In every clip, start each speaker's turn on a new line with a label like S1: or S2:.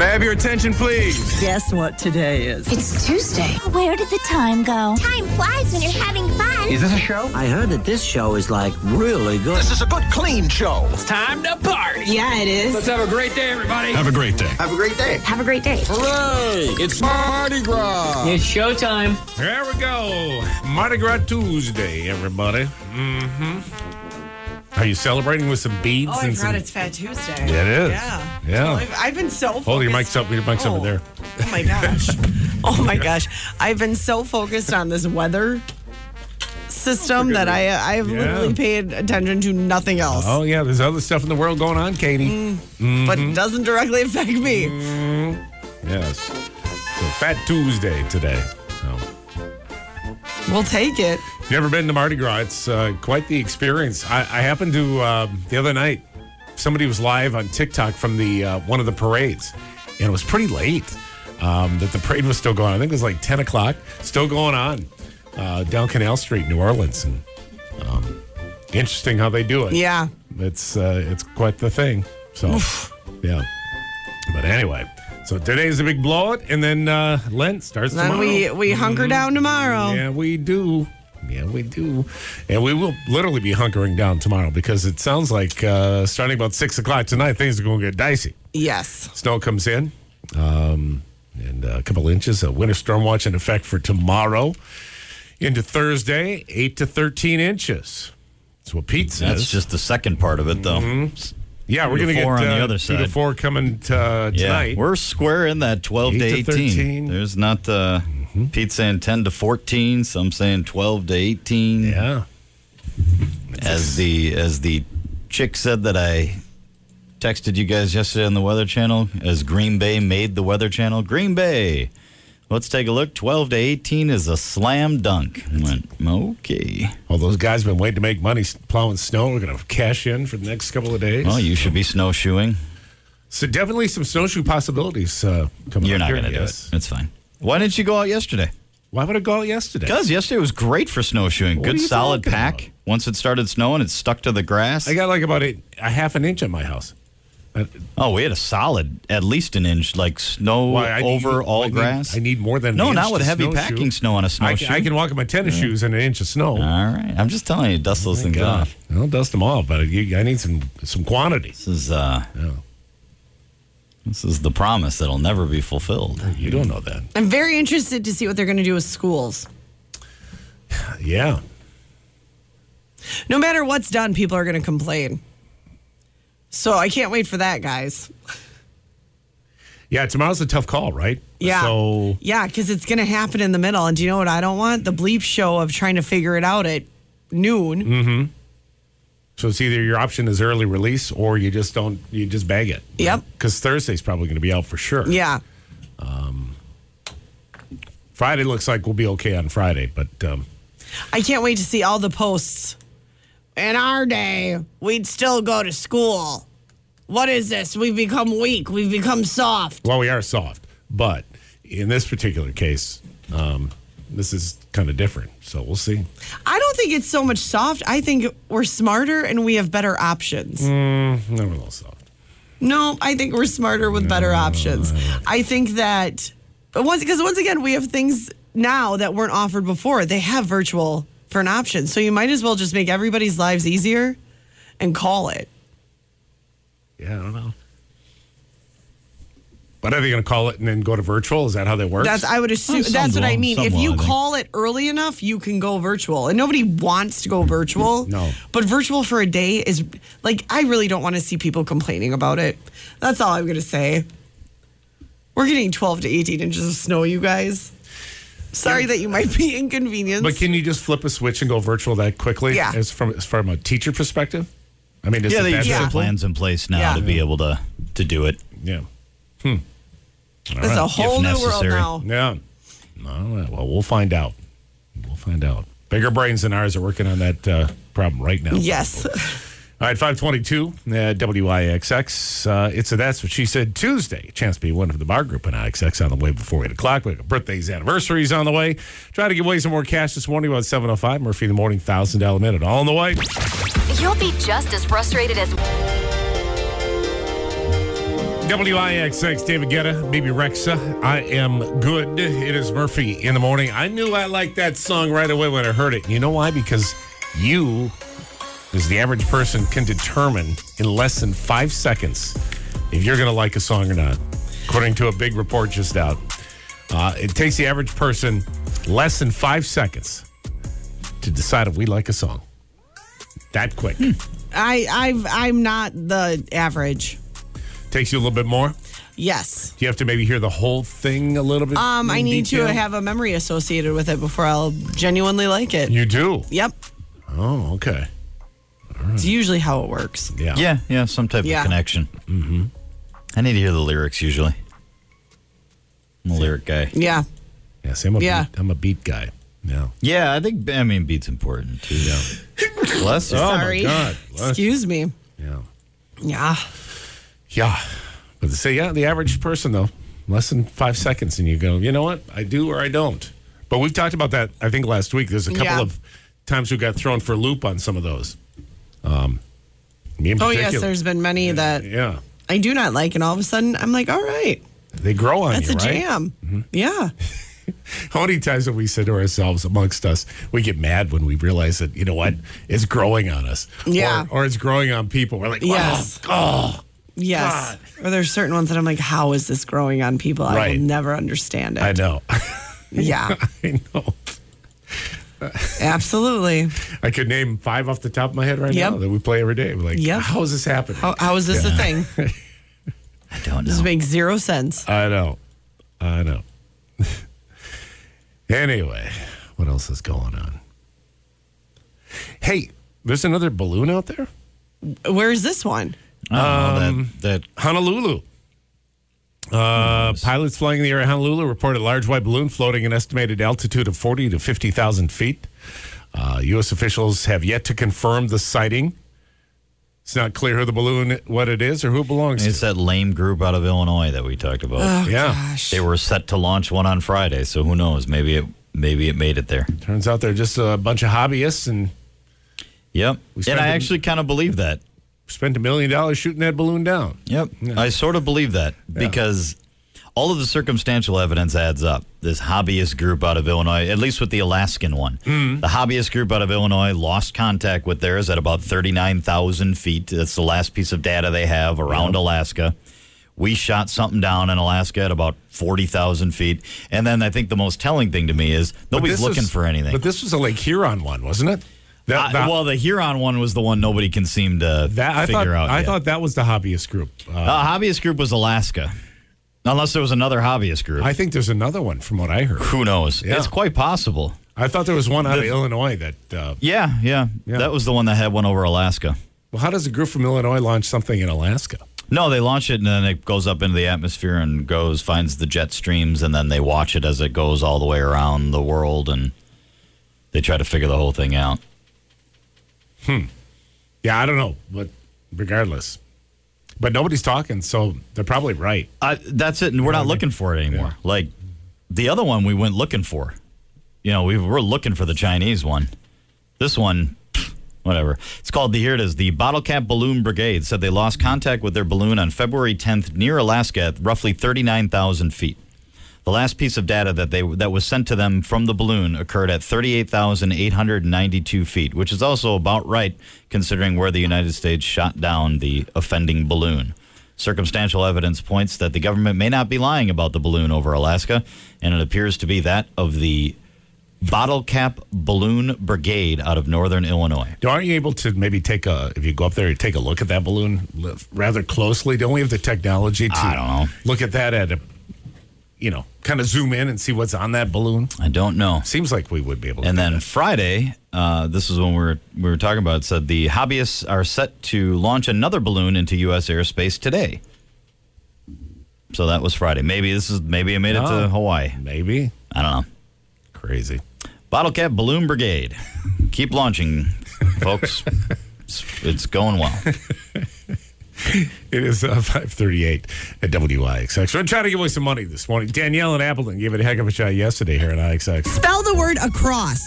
S1: have your attention, please?
S2: Guess what today is?
S3: It's Tuesday.
S4: Where did the time go?
S5: Time flies when you're having fun.
S6: Is this a show?
S7: I heard that this show is like really good.
S6: This is a good, clean show.
S8: It's time to party.
S3: Yeah, it is.
S8: have a great day, everybody.
S1: Have a great day.
S6: Have a great day.
S3: Have a great day.
S1: Hooray! It's Mardi Gras.
S9: It's showtime.
S1: There we go. Mardi Gras Tuesday, everybody. hmm Are you celebrating with some beads?
S10: Oh,
S1: and
S10: I
S1: some...
S10: forgot it's Fat Tuesday.
S1: Yeah, it is.
S10: Yeah.
S1: Yeah.
S10: Oh, I've, I've been so focused.
S1: Hold your mics up. Your mics
S10: oh.
S1: over there.
S10: Oh my gosh. oh my gosh. I've been so focused on this weather system that I I've
S1: Yeah.
S10: literally paid attention to nothing else.
S1: Oh yeah, there's other stuff in the world going on, Katie.
S10: Mm. But
S1: Mm-hmm.
S10: it doesn't directly affect me.
S1: Yes. So Fat Tuesday today. So
S10: We'll take it.
S1: if you ever been to Mardi Gras, it's uh, quite the experience. I, I happened to um, the other night. Somebody was live on TikTok from the uh, one of the parades, and it was pretty late um, that the parade was still going. I think it was like ten o'clock, still going on uh, down Canal Street, New Orleans, and um, interesting how they do it.
S10: Yeah.
S1: It's uh, it's quite the thing. So yeah. But anyway, so today's a big blowout, and then uh, Lent starts
S10: Then
S1: tomorrow.
S10: we we hunker down tomorrow.
S1: Mm-hmm. yeah, we do. Yeah, we do. And we will literally be hunkering down tomorrow because it sounds like uh, starting about six o'clock tonight, things are going to get dicey.
S10: Yes.
S1: Snow comes in, um, and a couple inches. A winter storm watch in effect for tomorrow into Thursday, eight to thirteen inches. That's what Pete says.
S11: That's just the second part of it, though.
S1: Mm-hmm. Yeah, we're
S11: Two
S1: going
S11: to
S1: get
S11: four on the
S1: uh,
S11: other
S1: Two to
S11: side.
S1: four coming t- uh,
S11: Yeah,
S1: tonight.
S11: we're square in that 12 to
S1: Eight
S11: 18.
S1: to Mm-hmm. 13.
S11: There's not uh, Pete's saying 10 to 14. Some saying 12 to 18.
S1: yeah,
S11: As the as the chick said that I texted you guys yesterday on the Weather Channel, as Green Bay made the Weather Channel, Green Bay. Let's take a look. 12 to 18 is a slam dunk. I went, okay.
S1: all those guys been waiting to make money s- plowing snow. We're going to cash in for the next couple of days.
S11: Well, you should be snowshoeing.
S1: so definitely some snowshoe possibilities uh, coming.
S11: You're
S1: up
S11: not
S1: here,
S11: going to do
S1: yes.
S11: it. It's fine. Why didn't you go out yesterday?
S1: Why would I go out yesterday?
S11: Because yesterday was great for snowshoeing.
S1: What are
S11: Good
S1: you
S11: solid
S1: talking
S11: pack.
S1: about?
S11: Once it started snowing, it stuck to the grass.
S1: I got like about a, a half an inch at my house. I,
S11: oh, we had a solid, at least an inch, like snow
S1: Why, I need-
S11: over all
S1: I need-
S11: grass.
S1: I need more than an
S11: no,
S1: inch
S11: not with
S1: to
S11: heavy
S1: snowshoe.
S11: packing snow on a
S1: I,
S11: snowshoe. Ah,
S1: can- I can walk in my tennis shoes in an inch of snow.
S11: All right, I'm just telling you, dust
S1: Oh
S11: those things off.
S1: I'll dust them all, but you, I need some some quantity.
S11: This is uh,
S1: Yeah.
S11: this is the promise that'll never be fulfilled.
S1: You don't know that.
S10: I'm very interested to see what they're going to do with schools.
S1: Uh, Yeah.
S10: No matter what's done, people are going to complain. So I can't wait for that, guys.
S1: Yeah, tomorrow's a tough call, right?
S10: Yeah.
S1: So
S10: yeah, because it's going to happen in the middle. And do you know what I don't want? The bleep show of trying to figure it out at noon.
S1: So it's either your option is early release or you just don't you just bag it.
S10: Yep.
S1: Because Thursday's probably going to be out for sure.
S10: Yeah.
S1: Friday looks like we'll be okay on Friday, but um,
S10: I can't wait to see all the posts. In our day, we'd still go to school. What is this? We've become weak. We've become soft.
S1: well, we are soft. But in this particular case, um, this is kind of different. So we'll see.
S10: I don't think it's so much soft. I think we're smarter and we have better options.
S1: Never a little soft.
S10: No, I think we're smarter with better options. I think that but once because once again we have things now that weren't offered before. They have virtual for an option, so you might as well just make everybody's lives easier and call it.
S1: Yeah, I don't know. But are they going to call it and then go to virtual? Is that how that works?
S10: That's I would assume. that's what I
S11: will.
S10: mean.
S11: Some
S10: If
S11: will, I
S10: you
S11: think.
S10: call it early enough, you can go virtual, and nobody wants to go virtual.
S1: No.
S10: but virtual for a day is like I really don't want to see people complaining about it. That's all I'm gonna say. We're getting 12 to 18 inches of snow, you guys. Sorry that you might be inconvenienced.
S1: but can you just flip a switch and go virtual that quickly?
S10: Yeah.
S1: As from as from a teacher perspective, I mean, is
S11: yeah,
S1: it
S11: they
S1: that
S11: usually
S10: Yeah.
S11: have
S1: simple?
S11: plans in place now
S10: Yeah.
S11: to be able to to do it.
S1: Yeah.
S10: That's a whole
S11: if
S10: new world now.
S11: necessary.
S1: Yeah. All right. Well, we'll find out. We'll find out. Bigger brains than ours are working on that uh, problem right now.
S10: Yes.
S1: All right, 522 uh, WIXX. Uh, it's a That's What She Said Tuesday. Chance to be one of the bar group and IXX on the way before 8 o'clock. We got birthdays, anniversaries on the way. Try to give away some more cash this morning about 7.05. Murphy in the Morning, $1,000 minute. All on the way.
S12: You'll be just as frustrated as
S1: WIXX, David Guetta, Baby Rexa. I am good. It is Murphy in the morning. I knew I liked that song right away when I heard it. You know why? Because you, as the average person, can determine in less than five seconds if you're going to like a song or not, according to a big report just out. Uh, it takes the average person less than five seconds to decide if we like a song. That quick.
S10: I I've I'm not the average.
S1: Takes you a little bit more.
S10: Yes.
S1: Do you have to maybe hear the whole thing a little bit?
S10: Um, I
S1: in
S10: need
S1: detail?
S10: to have a memory associated with it before I'll genuinely like it.
S1: You do.
S10: Yep.
S1: Oh, okay. Hmm.
S10: It's usually how it works.
S1: Yeah.
S11: Yeah, yeah, some type
S10: Yeah.
S11: of connection. Mm-hmm. I need to hear the lyrics usually. I'm a lyric guy.
S10: Yeah.
S1: Yeah. See, I'm a
S10: Yeah.
S1: Beat, I'm a beat guy. Yeah.
S11: Yeah, I think I mean beat's important too. Yeah. Bless
S1: Oh,
S11: you.
S10: Sorry.
S1: God.
S10: Excuse me.
S1: Yeah.
S10: Yeah.
S1: Yeah. But to say, yeah, the average person though, less than five seconds, and you go, you know what? I do or I don't. But we've talked about that. I think last week. There's a couple
S10: Yeah.
S1: of times we got thrown for a loop on some of those. Um, me in
S10: Oh
S1: particular.
S10: yes, there's been many that
S1: Yeah.
S10: I do not like, and all of a sudden I'm like, all right,
S1: They grow on
S10: that's
S1: you,
S10: a
S1: right? Mm-hmm.
S10: jam. Yeah.
S1: How many times have we said to ourselves amongst us, we get mad when we realize that, you know what, it's growing on us.
S10: Yeah.
S1: Or, or it's growing on people. We're like, oh,
S10: Yes.
S1: oh.
S10: Yes. Or there's certain ones that I'm like, how is this growing on people? I
S1: Right.
S10: will never understand it.
S1: I know.
S10: Yeah.
S1: I know.
S10: absolutely.
S1: I could name five off the top of my head right now
S10: Yep.
S1: that we play every day. We're like,
S10: Yep.
S1: how is this happening?
S10: How, how is this a thing?
S11: I don't
S10: This
S11: know.
S10: makes zero sense.
S1: I know. I know. anyway, what else is going on? Hey, there's another balloon out there?
S10: Where's this one?
S11: Oh, that,
S1: Honolulu. Uh, pilots flying in the air at Honolulu reported a large white balloon floating an estimated altitude of 40 to 50,000 feet. Uh, U.S. officials have yet to confirm the sighting. It's not clear who the balloon, what it is, or who it belongs
S11: that it's Oh,
S1: to.
S11: that lame group out of Illinois that we talked about.
S1: yeah,
S11: They were set to launch one on Friday, so who knows? Maybe it maybe it made it there.
S1: turns out they're just a bunch of hobbyists and
S11: Yep.
S1: spent
S11: And I
S1: a-
S11: actually kind of believe that.
S1: spent a million dollars shooting that balloon down.
S11: Yep. I sort of believe that because all of the circumstantial evidence adds up. This hobbyist group out of Illinois, at least with the Alaskan one,
S1: Hmm.
S11: the hobbyist group out of Illinois lost contact with theirs at about 39,000 feet. That's the last piece of data they have around Alaska. We shot something down in Alaska at about 40,000 feet. And then I think the most telling thing to me is
S1: But
S11: nobody's
S1: this
S11: looking
S1: is-
S11: for anything.
S1: But this was a Lake Huron one, wasn't it? That,
S11: I- well, the Huron one was the one nobody can seem to
S1: that I
S11: figure
S1: thought
S11: out.
S1: I
S11: yet.
S1: thought that was the hobbyist group. Uh,
S11: Uh, hobbyist group was Alaska, unless there was another hobbyist group.
S1: I think there's another one from what I heard.
S11: Who knows?
S1: Yeah.
S11: It's quite possible.
S1: I thought there was one out of Illinois that. Uh,
S11: Yeah, yeah,
S1: Yeah.
S11: That was the one that had one over Alaska.
S1: well, how does a group from Illinois launch something in Alaska?
S11: No, they launch it and then it goes up into the atmosphere and goes finds the jet streams and then they watch it as it goes all the way around the world and they try to figure the whole thing out.
S1: Yeah, I don't know, but regardless, but nobody's talking, so they're probably right.
S11: I, that's it, and we're not looking for it anymore. Like the other one, we went looking for. You know, we were looking for the Chinese one. This one, pfft, whatever. It's called the here it is. The Bottle Cap Balloon Brigade said they lost contact with their balloon on February 10th near Alaska at roughly 39,000 feet. The last piece of data that they that was sent to them from the balloon occurred at 38,892 feet, which is also about right considering where the United States shot down the offending balloon. Circumstantial evidence points that the government may not be lying about the balloon over Alaska, and it appears to be that of the Bottle Cap Balloon Brigade out of Northern Illinois.
S1: Now, Aren't you able to maybe take a if you go up there, you take a look at that balloon li- rather closely? Don't we have the technology to
S11: I don't know.
S1: look at that at a, you know, kind of zoom in and see what's on that balloon?
S11: I don't know.
S1: Seems like we would be able. to
S11: And
S1: do
S11: then
S1: that.
S11: Friday, uh, this is when we were we were talking about. It said the hobbyists are set to launch another balloon into U.S. airspace today. So that was Friday. Maybe this is maybe it made it
S1: Oh.
S11: to Hawaii.
S1: maybe
S11: I don't know.
S1: crazy.
S11: Bottle cap balloon brigade, keep launching, folks. It's, it's going well.
S1: It is uh, 538 at WIXX. We're trying to give away some money this morning. Danielle and Appleton gave it a heck of a shot yesterday here at IXX.
S10: Spell the word across.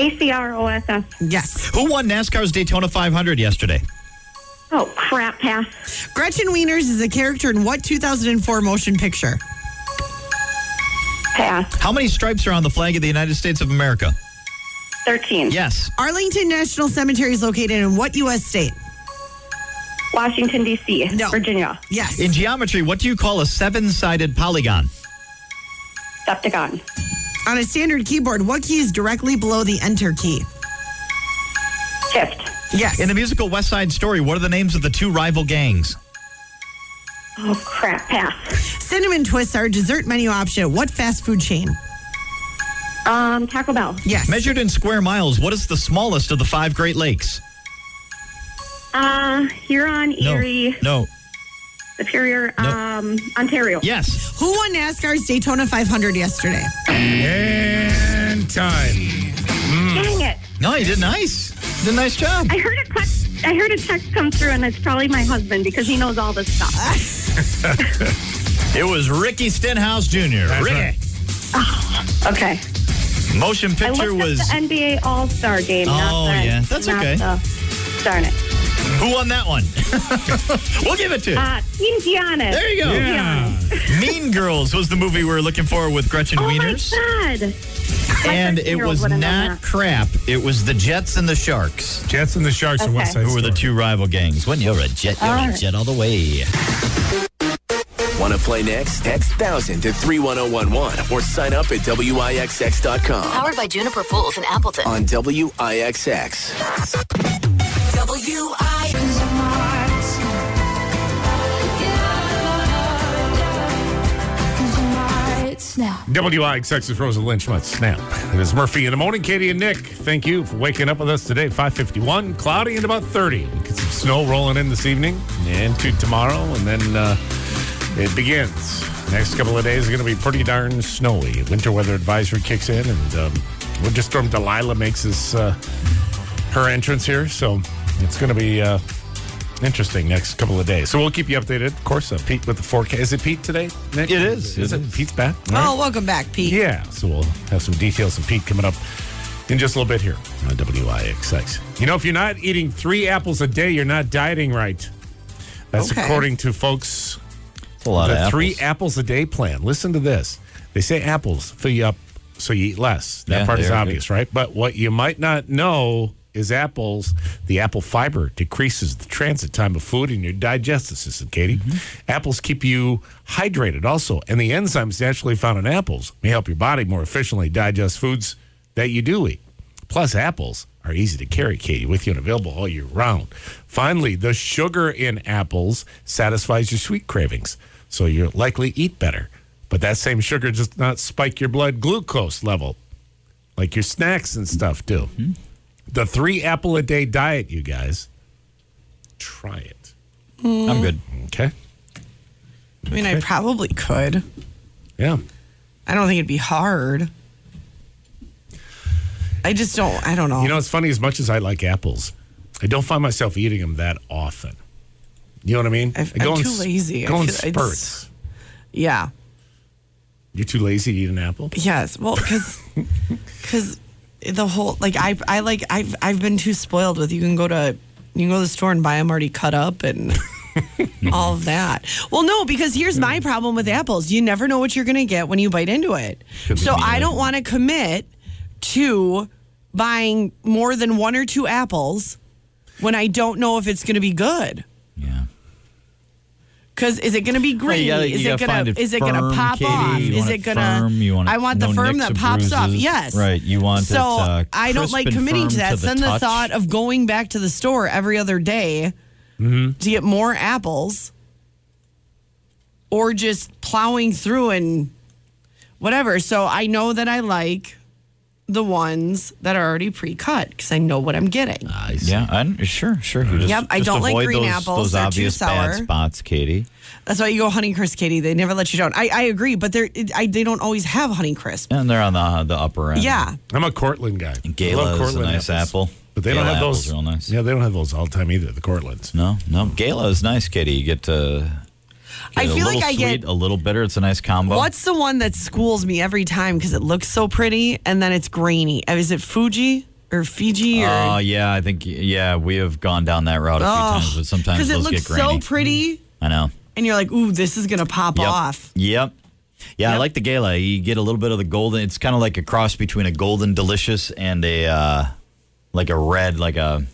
S2: A C R O S S.
S10: Yes.
S11: Who won NASCAR's Daytona 500 yesterday?
S2: Oh, crap, pass.
S10: Gretchen Wieners is a character in what 2004 motion picture?
S2: Pass.
S3: How many stripes are on the flag of the United States of America?
S2: 13.
S3: Yes.
S10: Arlington National Cemetery is located in what U.S. state?
S2: Washington, D.C.
S10: No.
S2: Virginia.
S10: Yes.
S3: In geometry, what do you call a seven sided polygon?
S2: Septagon.
S10: On a standard keyboard, what key is directly below the enter key?
S2: Shift.
S10: Yes.
S3: In the musical West Side Story, what are the names of the two rival gangs?
S2: Oh, crap, pass.
S10: Cinnamon twists are a dessert menu option at what fast food chain?
S2: Um, Taco Bell.
S10: Yes.
S3: Measured in square miles, what is the smallest of the five Great Lakes?
S2: Uh, Huron, Erie,
S3: No.
S2: Superior, um, Ontario.
S3: Yes.
S10: Who won NASCAR's Daytona 500 yesterday?
S1: And time.
S2: Dang it.
S3: No, you did nice. You Did a nice job.
S2: I heard a text. I heard a text come through, and it's probably my husband because he knows all this stuff.
S3: It was Ricky Stenhouse Jr. Ricky.
S1: right.
S2: Okay.
S3: Motion
S2: I
S3: picture
S2: looked
S3: was
S2: up the NBA All Star game.
S3: Oh,
S2: not the,
S3: yeah. That's
S2: not
S3: okay.
S2: the- darn it.
S3: who won that one? we'll give it to. you.
S2: Uh, Team Giannis.
S3: there you go.
S1: Yeah.
S3: mean Girls was the movie we were looking for with Gretchen
S2: Oh
S3: Wieners,
S2: my God. My
S3: and it
S2: 13-year-old
S3: was
S2: would've known
S3: not crap. It was the Jets and the Sharks,
S1: Jets and the Sharks and West
S2: Okay.
S1: Side
S3: who were the
S1: Story.
S3: two rival gangs. When you're a Jet, you're
S2: All
S3: a
S2: right.
S3: Jet all the way.
S4: Want to play next? Text 1000 to 31011 or sign up at WIXX.com
S6: Powered by Juniper Pools in Appleton.
S4: on WIXX.
S1: WIXX's Rosa Lynch Mutt Snap. It is Murphy in the morning. Katie and Nick, thank you for waking up with us today. 551, cloudy and about 30. We Get some snow rolling in this evening and to tomorrow, and then uh, it begins. Next couple of days are going to be pretty darn snowy. Winter weather advisory kicks in, and um, Winter Storm Delilah makes his, uh, her entrance here, so it's going to be. Uh, Interesting next couple of days. So we'll keep you updated. Of course, uh, Pete with the forecast. Is it Pete today? Nick?
S3: It is.
S1: Is
S3: It
S1: it? Pete's back. All right.
S10: Oh, welcome back, Pete.
S1: Yeah, so we'll have some details from Pete coming up in just a little bit here on WIXX. You know, if you're not eating three apples a day, you're not dieting right. That's
S10: Okay.
S1: according to folks
S11: It's a lot
S1: the
S11: of apples.
S1: three apples a day plan. Listen to this. They say apples fill you up so you eat less. That
S11: Yeah,
S1: part
S11: they
S1: is
S11: are good.
S1: obvious, right? But what you might not know is apples, the apple fiber decreases the transit time of food in your digestive system, Katie. Apples keep you hydrated also, and the enzymes naturally found in apples may help your body more efficiently digest foods that you do eat. Plus, apples are easy to carry, Katie, with you and available all year round. Finally, the sugar in apples satisfies your sweet cravings, so you'll likely eat better. But that same sugar does not spike your blood glucose level like your snacks and stuff do.
S11: Mm-hmm.
S1: The three apple a day diet, you guys, try it.
S11: I'm good.
S1: Okay.
S10: I mean, I probably could.
S1: Yeah.
S10: I don't think it'd be hard. I just don't. I don't know.
S1: You know, it's funny, as much as I like apples, I don't find myself eating them that often. You know what I mean?
S10: I've-
S1: I go
S10: I'm
S1: in
S10: too
S1: s-
S10: lazy. I
S1: Go in
S10: feel- I just-
S1: spurts.
S10: yeah.
S1: You're too lazy to eat an apple?
S10: Yes. Well, because because the whole like I I like I've I've been too spoiled with. You can go to you can go to the store and buy them already cut up and. all of that. Well, no, because here's my problem with apples. You never know what you're going to get when you bite into it. So I don't want to commit to buying more than one or two apples when I don't know if it's going to be good.
S11: Yeah.
S10: Cause is it gonna be green?
S11: gotta- you
S10: is
S11: gotta
S10: it gonna
S11: find it
S10: is it gonna
S11: firm,
S10: pop
S11: Katie.
S10: off?
S11: You
S10: is
S11: want
S10: it
S11: it
S10: gonna?
S11: firm. You want it-
S10: I want the
S11: no
S10: firm
S11: nicks
S10: that
S11: or
S10: pops off.
S11: bruises.
S10: Yes,
S11: Right, you want
S10: So
S11: it, uh,
S10: I don't
S11: crisp
S10: like
S11: and
S10: committing to
S11: firm
S10: that.
S11: to the
S10: then the
S11: touch.
S10: thought of going back to the store every other day
S11: Mm-hmm.
S10: to get more apples, or just plowing through and whatever. So I know that I like the ones that are already pre-cut because I know what I'm getting.
S11: I yeah, I'm, sure, sure. Just,
S10: Yep, I
S11: just
S10: don't like
S11: avoid
S10: green
S11: those,
S10: apples.
S11: Those
S10: They're too
S11: obvious
S10: sour.
S11: bad spots, Katie.
S10: That's why you go Honeycrisp, Katie. They never let you down. I, I agree, but they're it- I, they don't always have Honeycrisp.
S11: And they're on the the upper end.
S10: Yeah,
S1: I'm a Cortland guy.
S11: Gala
S1: I love
S11: is a
S1: Cortland
S11: nice
S1: apples.
S11: apple.
S1: But they don't
S11: Gala
S1: have
S11: apples
S1: those.
S11: are real nice.
S1: Yeah, they don't have those all the time either, the Cortlands.
S11: No, no. Gala is nice, Katie. You get to.
S10: I
S11: get a
S10: feel
S11: little
S10: like I
S11: sweet,
S10: get-
S11: a little bitter. It's a nice combo.
S10: what's the one that schools me every time because it looks so pretty and then it's grainy? Uh, Is it Fuji? or Fiji or
S11: Oh yeah, I think yeah we have gone down that route a few times, but sometimes
S10: because it
S11: those
S10: looks
S11: get grainy.
S10: so pretty,
S11: I know.
S10: and you're like, ooh, this is gonna pop
S11: Yep.
S10: off.
S11: Yep. Yeah, I
S10: Yep.
S11: like the gala. You get a little bit of the golden. It's kind of like a cross between a golden delicious and a uh, like a red, like a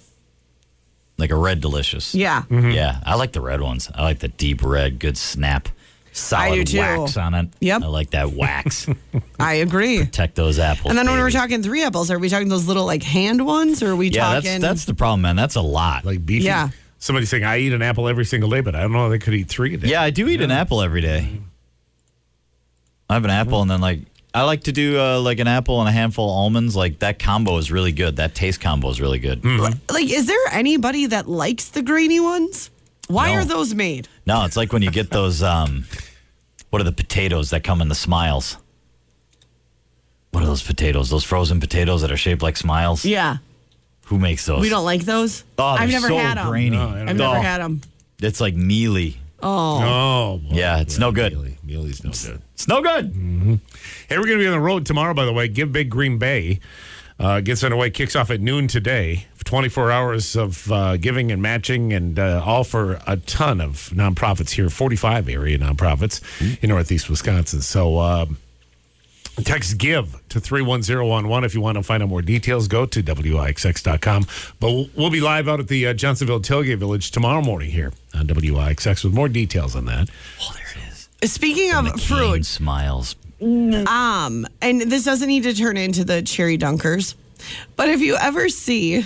S11: like a red delicious.
S10: Yeah.
S11: Yeah, I like the red ones. I like the deep red, good snap, solid
S10: do too.
S11: wax on it.
S10: Yep.
S11: I like that wax.
S10: I agree.
S11: Protect those apples.
S10: And then when we're
S11: baby.
S10: talking three apples, are we talking those little like hand ones, or are we
S11: yeah,
S10: talking?
S11: that's that's the problem, man. That's a lot.
S1: Like beefy.
S10: Yeah.
S1: Somebody saying, I eat an apple every single day, but I don't know they could eat three a day.
S11: Yeah, I do eat an apple every day. I have an apple, and then like I like to do uh, like an apple and a handful of almonds. Like that combo is really good. That taste combo is really good.
S10: Mm. like, is there anybody that likes the grainy ones? Why
S11: No.
S10: are those made?
S11: No, it's like when you get those. Um, what are the potatoes that come in the smiles? What are those potatoes? Those frozen potatoes that are shaped like smiles.
S10: Yeah,
S11: Who makes those?
S10: we don't like those.
S11: Oh,
S10: I've
S11: they're
S10: never
S11: so
S10: had them.
S11: grainy. Oh,
S1: No, I don't
S10: I've never had them.
S11: It's like mealy.
S1: Oh, well,
S11: Yeah, it's no good.
S1: Mealy. Mealy's no good.
S11: It's no good.
S10: Mm,
S1: Hey, we're going to be on the road tomorrow, by the way. Give Big Green Bay uh, gets underway, kicks off at noon today. 24 hours of uh, giving and matching, and uh, all for a ton of nonprofits here, 45 area nonprofits in Northeast Wisconsin. So, uh, text give to 31011 if you want to find out more details. Go to wixx.com. But we'll- we'll be live out at the uh, Johnsonville Tailgate Village tomorrow morning here on wixx with more details on that.
S11: Oh, there it is.
S10: Speaking of
S11: McCain
S10: fruit,
S11: smiles.
S10: um, and this doesn't need to turn into the cherry dunkers, but if you ever see,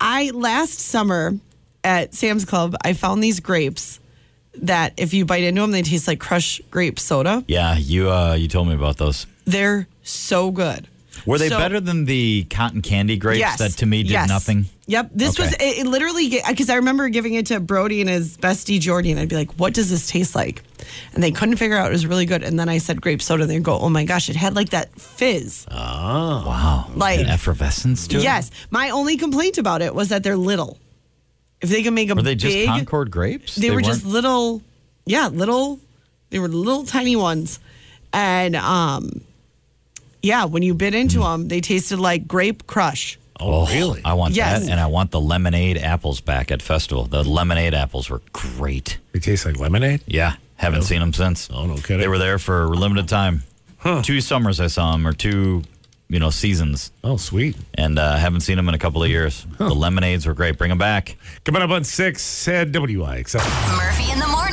S10: I last summer at Sam's Club, I found these grapes that if you bite into them, they taste like crushed grape soda.
S11: Yeah, you uh, you told me about those.
S10: They're so good.
S11: Were they
S10: So-
S11: better than the cotton candy grapes
S10: Yes.
S11: that to me did
S10: Yes.
S11: nothing?
S10: Yep. This was
S11: Okay.
S10: it, it literally because I remember giving it to Brody and his bestie Jordy, and I'd be like, "What does this taste like?" And they couldn't figure out. It was really good. And then I said grape soda, and they go, "Oh my gosh, it had like that fizz."
S11: Wow.
S10: Like-
S11: An effervescence to it?
S10: Yes. My only complaint about it was that they're little. If they can make them
S11: Were they just
S10: big,
S11: Concord grapes?
S10: they, were just
S11: weren't-
S10: little. Yeah, little. They were little tiny ones, and um, yeah, when you bit into
S11: Mm-hmm.
S10: them, they tasted like grape crush.
S11: Oh,
S1: really?
S11: I want
S10: Yes.
S11: that, and I want the lemonade apples back at festival. The lemonade apples were great.
S1: It tastes like lemonade.
S11: Yeah, haven't seen them since.
S1: Oh, no kidding.
S11: They were there for a limited time. Two summers I saw them, or two, you know, seasons,
S1: Oh, sweet.
S11: and uh, haven't seen them in a couple of years. The lemonades were great. Bring them back.
S1: Coming up on six, said WIXL.
S5: Murphy in the morning.